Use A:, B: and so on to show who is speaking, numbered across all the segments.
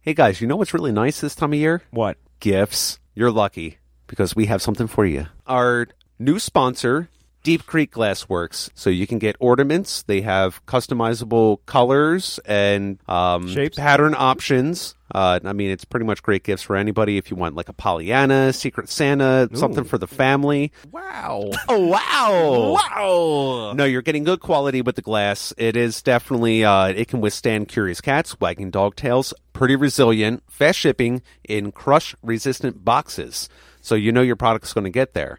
A: Hey guys, you know what's really nice this time of year?
B: What?
A: Gifts. You're lucky because we have something for you. Our new sponsor, Deep Creek Glassworks. So you can get ornaments. They have customizable colors and um,
B: Shapes?
A: pattern options. Uh, I mean, it's pretty much great gifts for anybody if you want like a Pollyanna, Secret Santa, something for the family.
B: Wow.
A: Oh, wow.
B: wow.
A: No, you're getting good quality with the glass. It is definitely uh, it can withstand curious cats, wagging dog tails, pretty resilient, fast shipping in crush resistant boxes. So you know your product's going to get there.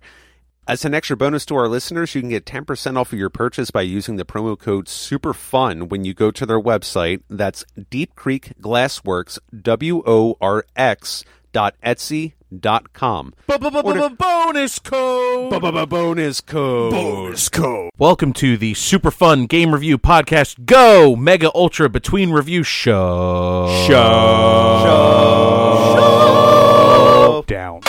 A: As an extra bonus to our listeners, you can get 10% off of your purchase by using the promo code SUPERFUN when you go to their website. That's Deep Creek Glassworks, W O R X dot Etsy dot com.
B: Bonus code.
A: Bonus code.
B: code. Welcome to the super fun game review podcast. Go mega ultra between review show. Show. Show. Down.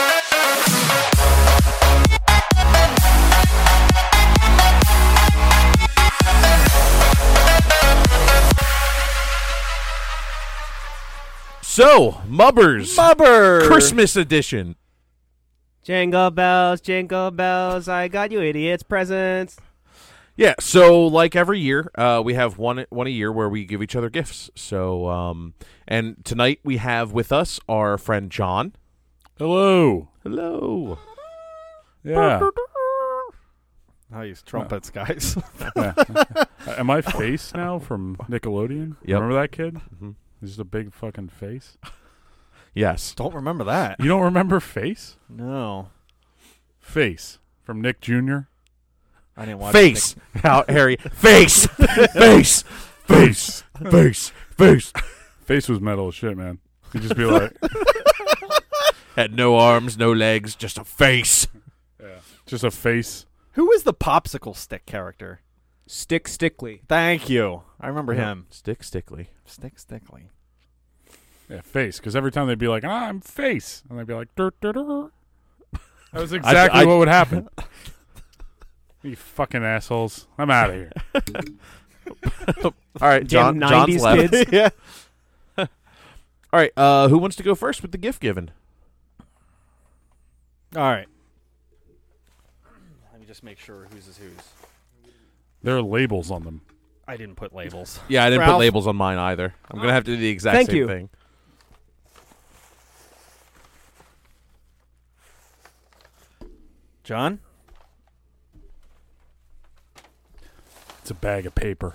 B: So, Mubbers,
C: Bubber.
B: Christmas edition.
C: Jingle bells, jingle bells, I got you idiots presents.
B: Yeah, so like every year, uh, we have one one a year where we give each other gifts. So, um, and tonight we have with us our friend John.
D: Hello.
B: Hello.
D: Yeah.
E: I use trumpets, guys.
D: Am I face now from Nickelodeon?
B: Yep. Mm-hmm.
D: Remember that kid? He's just a big fucking face.
B: Yes.
E: Don't remember that.
D: You don't remember face?
E: No,
D: Face from Nick Jr.
E: I didn't watch.
B: Face. How Harry. Face. Face. Face. Face. Face.
D: Face was metal as shit, man. He'd just be like,
B: Had no arms, no legs, just a face.
D: just a face.
E: Who was the popsicle stick character?
C: Stick Stickly.
E: Thank you. I remember him.
B: Stick stickly.
E: Stick Stickly.
D: Yeah, face. Because every time they'd be like, ah, I'm face. And they'd be like, dirt, dirt, dirt. That was exactly
B: I-
D: what would happen. you fucking assholes. I'm out of here.
B: All right, John.
C: Damn
B: John's
C: 90s
B: left.
C: kids.
B: yeah. All right. Uh, who wants to go first with the gift given?
E: All right. Let me just make sure whose is whose.
D: There are labels on them.
E: I didn't put labels.
B: Yeah, I didn't put
E: Ralph.
B: labels on mine either. I'm gonna have to do the exact
C: Thank
B: same
C: you.
B: thing.
E: John.
D: It's a bag of paper.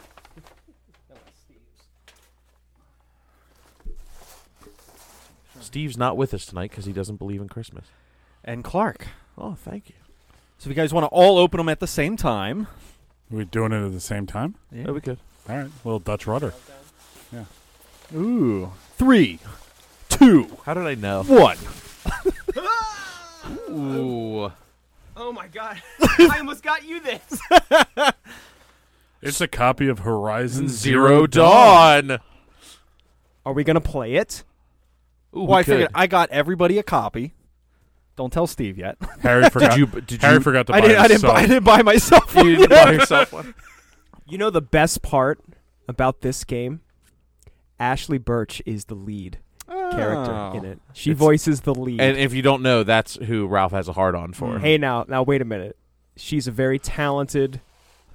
B: Steve's not with us tonight because he doesn't believe in Christmas.
E: And Clark.
B: Oh, thank you.
E: So if you guys want to all open them at the same time.
D: Are we doing it at the same time?
E: Yeah.
B: we could.
D: All right. Little Dutch rudder.
E: Ooh. Three, two,
B: How did I know?
E: one.
B: Ooh.
C: Oh my god. I almost got you this.
D: It's a copy of Horizon
B: Zero Dawn. Ooh,
C: Are we going to play it?
B: we
E: Well, I
B: could.
E: figured I got everybody a copy. Don't tell Steve yet.
D: Harry forgot.
B: Did you? Did
D: Harry
B: you?
D: forgot to buy
E: I didn't. I didn't.
D: himself.
E: Buy, I didn't buy myself.
B: you didn't buy yourself one.
C: You know the best part about this game? Ashley Birch is the lead character in it. She
B: It's-
C: voices the lead.
B: And if you don't know, that's who Ralph has a hard on for.
C: hey now, now wait a minute. She's a very talented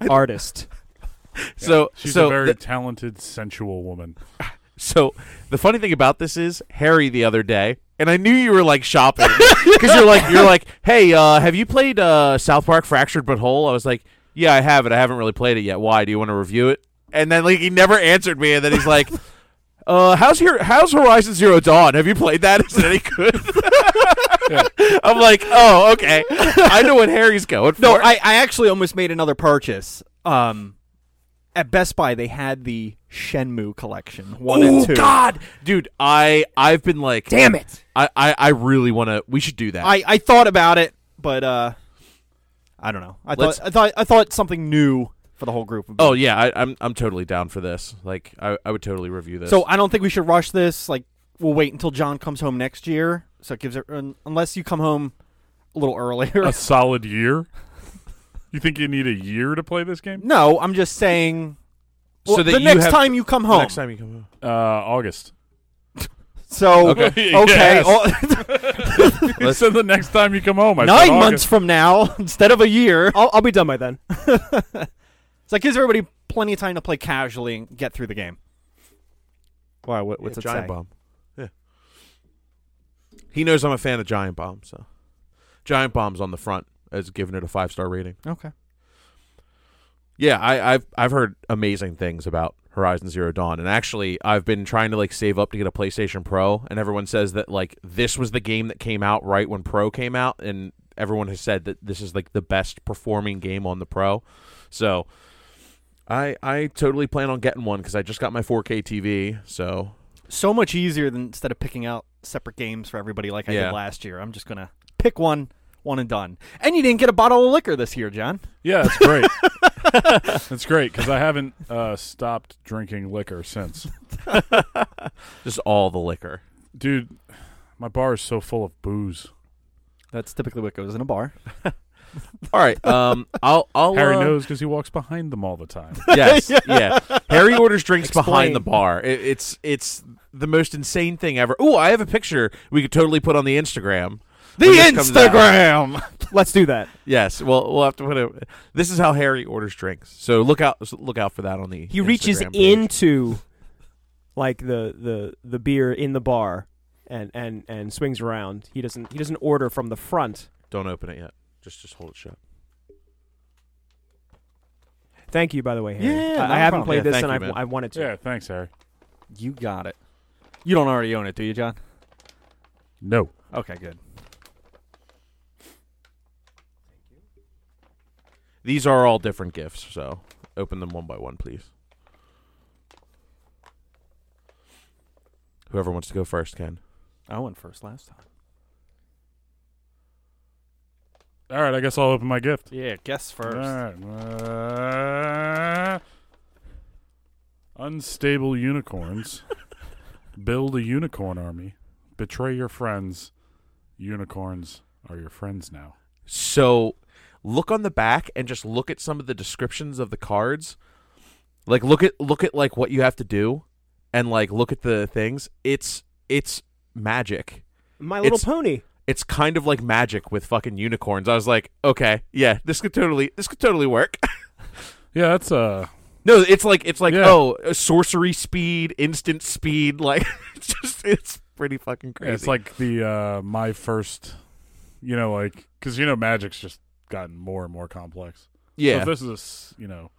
C: artist.
B: so
D: She's
B: so
D: a very
B: the-
D: talented, sensual woman.
B: so the funny thing about this is Harry the other day, and I knew you were like shopping because you're like you're like, hey, uh, have you played uh, South Park Fractured But Whole? I was like, yeah, I have it. I haven't really played it yet. Why? Do you want to review it? And then like he never answered me, and then he's like. Uh, how's your how's Horizon Zero Dawn? Have you played that? Is it any good? I'm like, oh, okay. I know what Harry's going for.
E: No, I, I actually almost made another purchase. Um, at Best Buy, they had the Shenmue collection, one
B: oh
E: and two.
B: God, dude, I I've been like,
C: Damn it.
B: I I, I really want to. We should do that.
E: I, I thought about it, but uh, I don't know. I
B: Let's-
E: thought I thought I thought something new for the whole group. would be-
B: oh yeah, I, I'm I'm totally down for this. Like, I, I would totally review this.
E: so I don't think we should rush this. Like, we'll wait until John comes home next year. So it gives it, un- unless you come home a little earlier.
D: A solid year. You think you need a year to play this game?
E: no, I'm just saying.
B: So
E: well,
B: that
E: the
B: you
E: next
B: have-
E: time you come
B: The
E: home,
B: next time you come home.
D: Uh, August.
E: So okay, Oh,
D: Okay, Uh, yes.
E: well,
D: He said the next time you come home, I said
E: nine months
D: August.
E: from now instead of a year.
C: I'll, I'll be done by then.
E: It's like gives everybody plenty of time to play casually and get through the game. Wow, what,
B: What's giant bomb? Yeah. He knows I'm a fan of giant bomb, so giant bomb's on the front as giving it a five star rating.
E: Okay.
B: Yeah, I, I've I've heard amazing things about Horizon Zero Dawn, and actually, I've been trying to like save up to get a PlayStation Pro, and everyone says that like this was the game that came out right when Pro came out, and everyone has said that this is like the best performing game on the Pro. So, I I totally plan on getting one because I just got my 4K TV, so
E: So much easier than instead of picking out separate games for everybody like I
B: Yeah.
E: did last year. I'm just gonna pick one, one and done. And you didn't get a bottle of liquor this year, John.
D: Yeah, it's great. it's great because I haven't uh, stopped drinking liquor since.
B: just all the liquor.
D: Dude, my bar is so full of booze.
E: That's typically what goes in a bar.
B: All right, um, I'll I'll
D: Harry
B: uh,
D: knows because he walks behind them all the time.
B: Yes, yeah. Harry orders drinks behind
C: Explain.
B: the bar. It, it's it's the most insane thing ever. Oh, I have a picture we could totally put on the Instagram.
E: The
B: when this comes out.
E: Instagram.
C: Let's do that.
B: Yes, well, we'll have to put it. This is how Harry orders drinks. So look out, look out for that on the.
C: He reaches
B: Instagram page.
C: into like the, the the beer in the bar and and and swings around. He doesn't he doesn't order from the front.
B: Don't open it yet. Just just hold it shut.
C: Thank you, by the way. Harry.
E: Yeah,
C: I, I
E: no
C: haven't
E: problem.
C: played
B: Yeah,
C: this
B: thank
C: and
B: you,
C: I've,
B: man.
C: I wanted to.
D: yeah, thanks, Harry.
E: You got it. You don't already own it, do you, John?
D: No.
E: Okay, good.
B: These are all different gifts. So open them one by one, please. Whoever wants to go first can.
E: I went first last time.
D: All right, I guess I'll open my gift.
E: Yeah, guess first.
D: All right. Uh, unstable unicorns. Build a unicorn army. Betray your friends. Unicorns are your friends now.
B: So look on the back and just look at some of the descriptions of the cards. Like look at look at like what you have to do and like look at the things. It's it's magic.
C: My Little
B: It's-
C: Pony.
B: It's kind of like magic with fucking unicorns. I was like, okay, yeah, this could totally this could totally work.
D: Yeah, that's uh
B: no, it's like it's like
D: Yeah.
B: oh, sorcery speed, instant speed, like it's just it's pretty fucking crazy.
D: it's like the uh my first you know like cuz you know magic's just gotten more and more complex. So
B: yeah.
D: if this is a s you know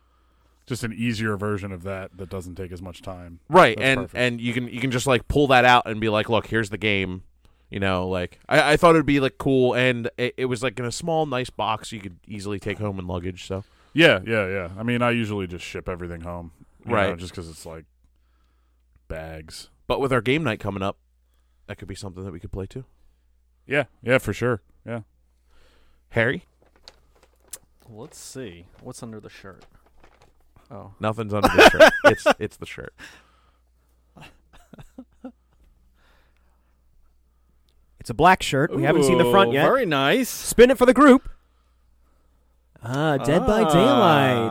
D: just an easier version of that that doesn't take as much time.
B: right
D: That's
B: and
D: perfect.
B: and you can you can just like pull that out and be like look here's the game you know like i, I thought it'd be like cool and it, it was like in a small nice box you could easily take home in luggage so
D: Yeah, yeah, yeah. I mean, I usually just ship everything home, you
B: Right.
D: know, just because it's like bags.
B: but with our game night coming up that could be something that we could play too
D: Yeah, yeah, for sure. Yeah,
B: harry
E: Let's see. What's under the shirt? Oh.
B: nothing's under the shirt it's it's the shirt
C: It's a black shirt. We haven't seen the front
E: Ooh,
C: yet.
E: Very nice.
C: Spin it for the group. Ah, Dead by
E: Ah.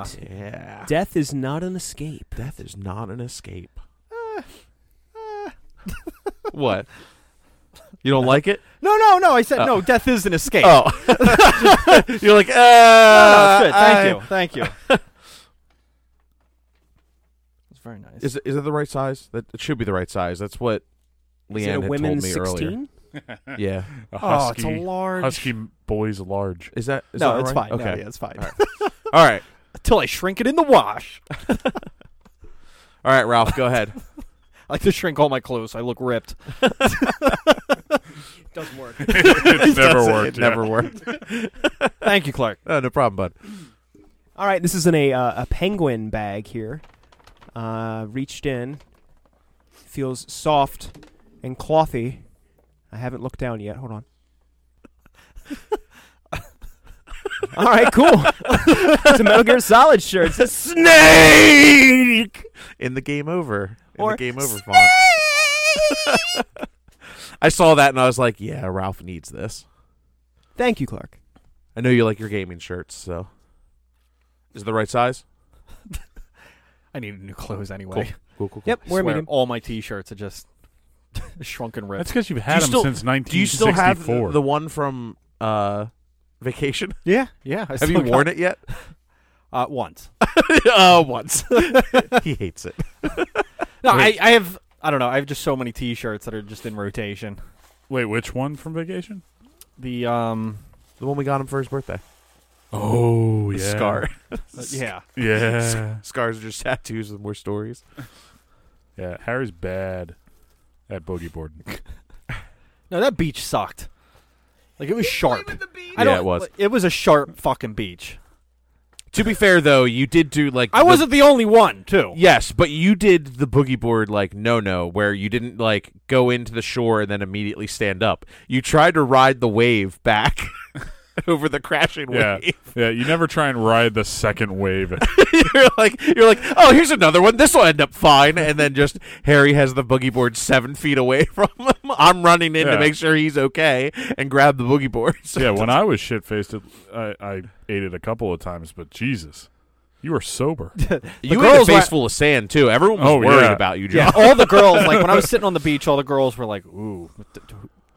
C: Daylight.
B: yeah
C: Death is not an escape.
B: death is not an escape what Eh. you don't like it
E: No, no, no. I said
B: Oh.
E: no. Death is an escape.
B: oh you're like uh,
E: no, no, it's good. Thank you. Thank you. it's very nice.
B: Is it, is it the right size? That it should be the right size. That's what
C: is it
B: Leanne
C: a
B: had told
C: women's
B: me
C: 16?
B: earlier. Yeah,
D: a
E: oh,
D: husky,
E: it's a large.
D: husky boys large.
B: is that is
E: no,
B: that
E: it's
B: right?
E: fine. No,
B: Okay,
E: yeah, it's fine.
B: All all right,
E: Until I shrink it in the wash.
B: all right, Ralph, go ahead.
E: I like to shrink all my clothes. so I look ripped.
C: Doesn't work.
D: it's never
B: Doesn't- It
D: worked. yeah.
B: never worked.
E: Thank you, Clark.
B: Oh, no problem, bud.
C: All right, this is in a uh, a penguin bag here. Uh, reached in, feels soft and clothy. I haven't looked down yet. Hold on. All right, cool. it's a Metal Gear Solid shirt. It says
B: Snake in the game over. In
C: Or
B: the game over font. I saw that and I was like, yeah, Ralph needs this.
C: Thank you, Clark.
B: I know you like your gaming shirts, so is it the right size?
E: I need new clothes anyway.
B: Cool, cool, cool.
C: Yep,
E: I
C: we're
E: swear,
C: medium.
E: all my t-shirts are just Shrunken Red.
D: That's because you've
B: you
D: had them
B: still-
D: since
B: Do you still have
D: 1964.
B: the, the one from uh, Vacation?
E: yeah, yeah. I
B: Have you
E: still got-
B: worn it yet?
E: uh, once?
B: uh, once. he hates it.
E: No, I,
B: Wait.
E: I have. I don't know. I have just so many T-shirts that are just in rotation.
D: Wait, which one from Vacation?
E: The um,
B: The one we got him for his birthday.
D: Oh,
B: The
D: yeah.
B: Scar.
E: yeah,
D: Yeah.
B: Scars are just tattoos with more stories.
D: yeah, Harry's bad at boogie boarding.
E: No, that beach sucked. Like it was sharp.
B: Yeah,
E: I don't-
B: it was.
E: It was a sharp fucking beach.
B: To be fair, though, you did do like
E: I
B: the-
E: wasn't the only one, too.
B: Yes, but you did the boogie board like no no, where you didn't like go into the shore and then immediately stand up. You tried to ride the wave back over the crashing
D: Yeah.
B: wave.
D: Yeah, you never try and ride the second wave.
B: you're like you're like, oh, here's another one. This will end up fine. And then just Harry has the boogie board seven feet away from him. I'm running in to
D: Yeah.
B: make sure he's okay and grab the boogie board. So
D: yeah, when I was shit faced, I, I ate it a couple of times, but Jesus, you were sober.
B: you
E: the
B: had a
E: girls
B: face
E: were-
B: full of sand too. Everyone was
D: Oh,
B: worried
D: yeah.
B: about you,
E: Yeah,
B: John.
E: all the girls, like when I was sitting on the beach, all the girls were like, ooh, d- d-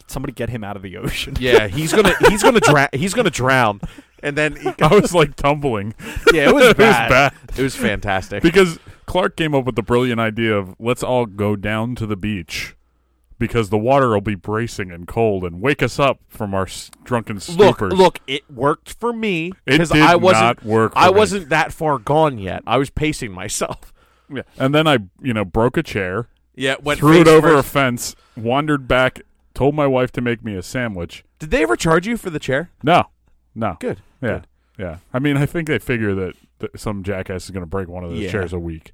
E: somebody get him out of the ocean.
B: Yeah, he's gonna he's gonna drown. He's gonna drown. And then he-
D: I was like tumbling.
B: yeah, it was
D: It was
B: bad.
D: bad.
B: It was fantastic.
D: Because Clark came up with the brilliant idea of let's all go down to the beach because the water will be bracing and cold and wake us up from our s- drunken
B: look,
D: stupors.
B: look, it worked for me
D: It
B: because
D: did
B: I wasn't
D: not work. for
B: I
D: me.
B: wasn't that far gone yet. I was pacing myself.
D: Yeah. And then I, you know, broke a chair,
B: Yeah, went
D: threw it
B: face
D: over a
B: first.
D: fence, wandered back, told my wife to make me a sandwich.
B: Did they ever charge you for the chair?
D: No, no.
B: Good.
D: Yeah,
B: Good.
D: yeah. I mean, I think they figure that, that some jackass is going to break one of those
B: Yeah.
D: chairs a week.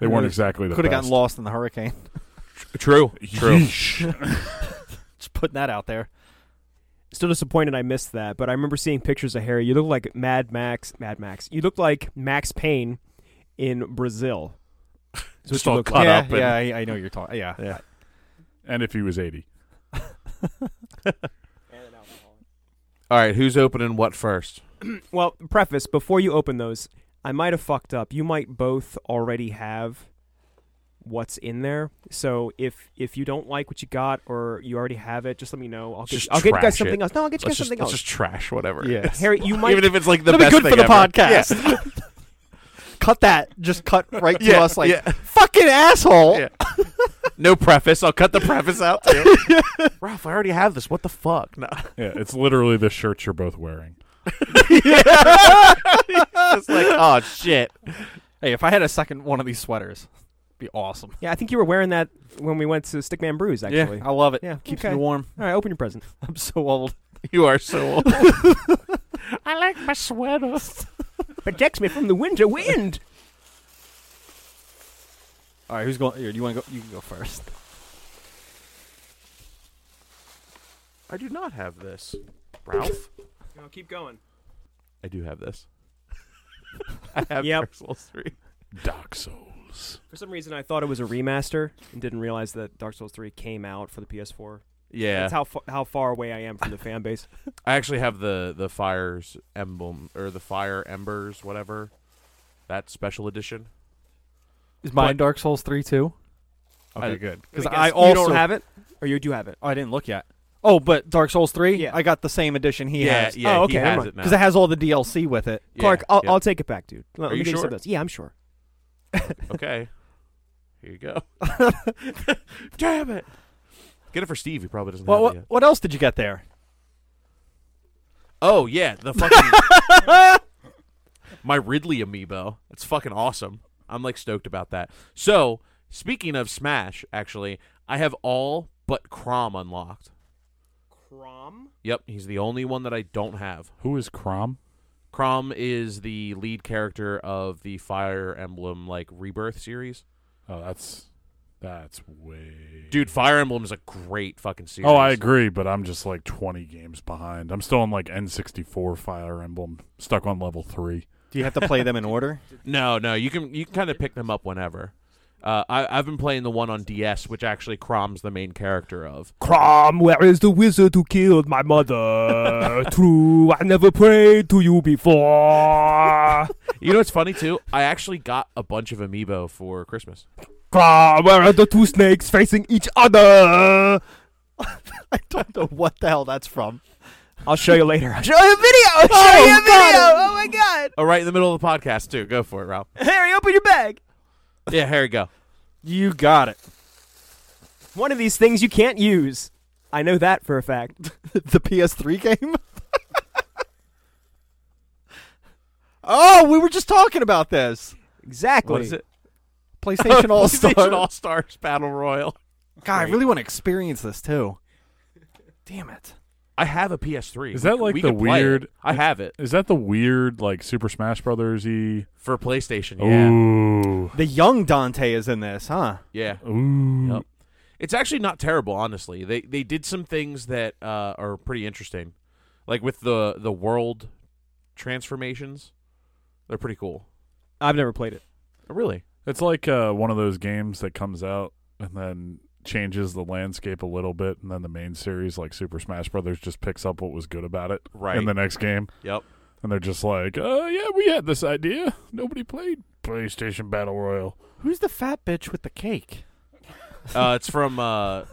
D: They
E: Who
D: weren't
E: knows?
D: exactly the
E: Could have
D: best.
E: gotten lost in the hurricane.
B: True. True.
D: Yeesh.
E: Just putting that out there.
C: Still disappointed I missed that, but I remember seeing pictures of Harry. You look like Mad Max. Mad Max. You look like Max Payne in Brazil. So
B: Just
C: you
B: all
C: look
B: cut
E: yeah,
B: up. And,
E: yeah, I, I know you're talking. Yeah.
B: Yeah.
D: and if he was eighty,
B: All right, who's opening what first?
C: Well, preface before you open those, I might have fucked up. You might both already have what's in there. So if if you don't like what you got or you already have it, just let me know. I'll get
B: Just
C: I'll get you
B: trash
C: guys something
B: it.
C: else. No, I'll get you
B: Let's
C: guys
B: just,
C: something
B: let's
C: else.
B: just trash whatever.
E: Yeah. just-
C: Harry, you might
B: Even if it's like the
E: That'll be
B: best
E: good for
B: thing
E: the
B: ever.
E: podcast. Cut that. Just cut right to
B: Yeah,
E: us like,
B: yeah.
E: fucking asshole.
B: Yeah. Yeah. No preface. I'll cut the preface out too. Ralph, I already have this. What the fuck? No.
D: yeah, it's literally the shirts you're both wearing.
B: It's like, oh shit.
E: Hey, if I had a second one of these sweaters, it'd be awesome.
C: Yeah, I think you were wearing that when we went to Stickman Brews actually.
E: I love it.
C: Yeah,
E: Keeps
C: okay.
E: me warm.
C: All right, open your present.
E: I'm so old.
B: You are so old.
E: I like my sweater.
C: Protects me from the winter wind.
E: All right, who's going? Here, do you want to go? You can go first.
B: I do not have this. Ralph?
C: No, keep going.
B: I do have this. I have
C: Yep.
B: Dark Souls 3.
D: Dark Souls.
C: For some reason, I thought it was a remaster and didn't realize that Dark Souls 3 came out for the PS4.
B: Yeah.
C: That's how fa- how far away I am from the fan base.
B: I actually have the the Fire's emblem or the Fire Embers whatever. That special edition.
E: Is
B: mine
E: mine Dark Souls three too? Okay,
B: I-
E: good. Because
C: guess
E: I
C: you
E: also
C: don't have it, or you do have it.
E: Oh, I didn't look yet. Oh, but Dark Souls three.
C: Yeah.
E: I got the same edition he
B: yeah,
E: has.
B: yeah,
C: Oh,
B: he
C: okay, never
B: has
C: mind.
B: it now.
E: Because it has all the DLC with it.
B: Yeah,
C: Clark, I'll,
B: yeah.
C: I'll take it back, dude.
B: Are
C: Let- let me
B: you
C: get some
B: sure?
C: of those. Yeah, I'm sure.
B: Okay. Here you go. Damn it. Get it for Steve. He probably doesn't
E: Well,
B: have
C: Uh,
E: what,
B: it yet.
E: what else did you get there?
B: Oh, yeah. The fucking. my Ridley amiibo. It's fucking awesome. I'm like stoked about that. So, speaking of Smash, actually, I have all but Crom unlocked.
C: Crom.
B: Yep, he's the only one that I don't have.
D: Who is Crom?
B: Crom is the lead character of the Fire Emblem like Rebirth series.
D: Oh, that's that's way.
B: Dude, Fire Emblem is a great fucking series.
D: Oh, I agree, but I'm just like 20 games behind. I'm still on like N64 Fire Emblem, stuck on level three.
E: Do you have to play them in order?
B: No, no, you can you can kind of pick them up whenever. Uh, I, I've been playing the one on DS, which actually Crom's the main character of.
C: Crom, where is the wizard who killed my mother? True, I never prayed to you before.
B: You know what's funny too? I actually got a bunch of amiibo for Christmas.
C: Claw, where are the two snakes facing each other?
E: I don't know what the hell that's from.
C: I'll show you later.
E: Show you a video. Show oh, you a video.
C: my god!
B: Oh, right in the middle of the podcast too. Go for it, Rob.
C: Harry, open your bag.
B: Yeah, Harry, go.
E: You got it.
C: One of these things you can't use. I know that for a fact.
E: the PS3 game. oh, we were just talking about this.
C: Exactly.
B: What is it?
E: PlayStation All Star.
B: PlayStation All Stars Battle Royal.
E: God, I really want to experience this too. Damn it.
B: I have a PS3.
D: Is
B: We-
D: that like
B: we
D: the
B: could play it.
D: weird-
B: I have it
D: Is that the weird like Super Smash Brothers y?
B: for PlayStation. Yeah,
D: Ooh.
E: The young Dante is in this, huh?
B: yeah.
D: Ooh.
B: Yep. It's actually not terrible, honestly. They they did some things that uh, are pretty interesting, like with the the world transformations. They're pretty cool.
C: I've never played it.
B: Oh, really?
D: It's like uh, one of those games that comes out and then changes the landscape a little bit, and then the main series, like Super Smash Brothers, just picks up what was good about it
B: Right.
D: in the next game.
B: Yep.
D: And they're just like, uh, yeah, we had this idea. Nobody played PlayStation Battle Royale.
E: Who's the fat bitch with the cake?
B: Uh, it's from uh,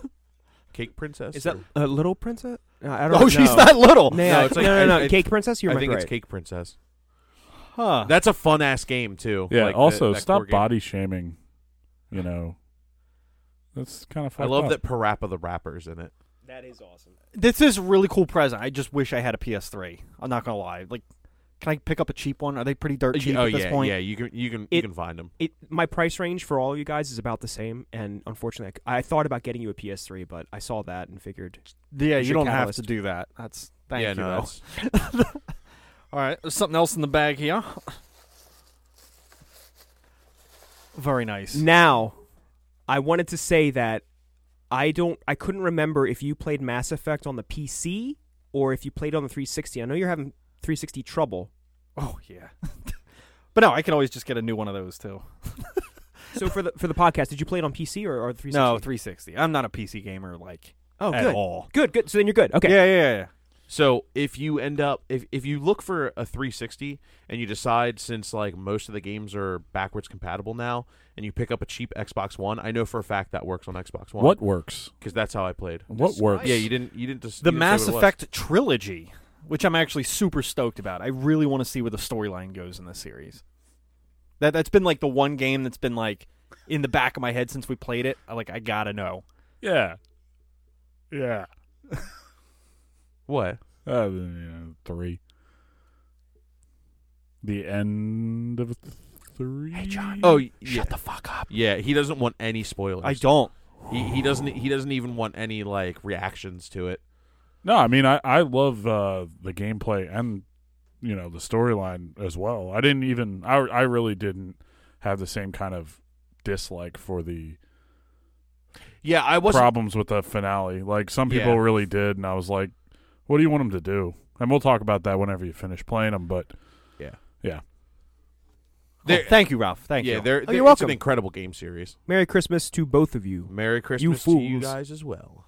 B: Cake Princess.
C: Is that
B: or-
C: a little princess? No, Uh, I don't
E: Oh,
C: know.
E: she's not little.
C: no,
B: it's like-
C: no, no, no.
B: I- I-
C: Cake princess. You
B: I
C: remember
B: think
C: right?
B: it's Cake Princess.
E: Huh.
B: That's a fun ass game too.
D: Yeah.
B: like the-
D: also,
B: that core
D: stop
B: game.
D: body shaming. You know, that's kind of.
B: I love that Parappa the Rapper's in it.
C: That is awesome.
E: this is a really cool present. I just wish I had a PS3. I'm not gonna lie. Like, can I pick up a cheap one? Are they pretty dirt cheap
B: oh
E: at this
B: yeah,
E: point?
B: yeah. You can you can you
C: It-
B: can find them.
C: It my price range for all of you guys is about the same, and unfortunately, I, I thought about getting you a PS3, but I saw that and figured
E: Yeah,
C: It's
E: you
C: your
E: don't have
C: catalyst.
E: to do that. That's thank
B: yeah,
E: you.
B: no,
E: though.
B: that's-
E: All right, there's something else in the bag here. Very nice.
C: Now, I wanted to say that I don't I couldn't remember if you played Mass Effect on the PC or if you played on the 360. I know you're having 360 trouble.
E: Oh yeah. but no, I can always just get a new one of those too.
C: So for the for the podcast, did you play it on PC or, or 360?
E: No, 360. I'm not a PC gamer like
C: oh,
E: at
C: good.
E: all.
C: Good, good. So then you're good. Okay.
E: Yeah, yeah, yeah.
B: So if you end up if if you look for a 360 and you decide since like most of the games are backwards compatible now and you pick up a cheap Xbox One, I know for a fact that works on Xbox One.
D: What works?
B: Because that's how I played.
D: What works?
B: Yeah, you didn't you didn't just
E: The
B: you didn't
E: Mass
B: say what it was.
E: Effect trilogy, which I'm actually super stoked about. I really want to see where the storyline goes in this series. That that's been like the one game that's been like in the back of my head since we played it. I, like I gotta know.
D: Yeah. Yeah.
B: What?
D: Uh, yeah, three. The end of th- three. Hey, John.
B: Oh, y- yeah.
E: Shut the fuck up.
B: yeah, he doesn't want any spoilers.
E: I don't.
B: He, he doesn't he doesn't even want any like reactions to it.
D: No, I mean I I love uh, the gameplay and you know the storyline as well. I didn't even I I really didn't have the same kind of dislike for the
B: Yeah, I wasn't
D: problems with the finale. Like some people
B: Yeah.
D: really did, and I was like, "What do you want them to do?" And we'll talk about that whenever you finish playing them. But
B: There-
E: Oh, thank you, Ralph. Thank
B: Yeah,
E: you.
B: they're,
C: you're
B: it's
C: welcome.
B: an incredible game series.
C: Merry Christmas to both of you.
B: Merry Christmas to you
C: fools.
B: guys as well.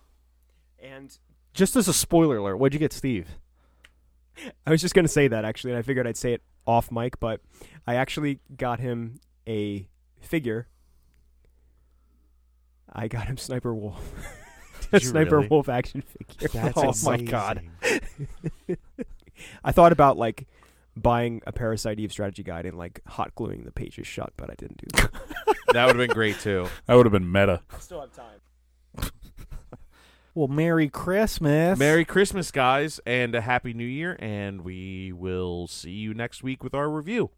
C: And
E: Just as a spoiler alert, what'd you get, Steve?
C: I was just going to say that actually, and I figured I'd say it off mic, but I actually got him a figure. I got him Sniper Wolf. a
B: you
C: Sniper
B: really?
C: Wolf action figure.
E: Oh my God.
C: I thought about like buying a Parasite Eve strategy guide and like hot gluing the pages shut, but I didn't do that.
B: that would have been great too.
D: that would have been meta.
C: I still have time.
E: Well, Merry Christmas.
B: Merry Christmas, guys, and a Happy New Year, and we will see you next week with our review.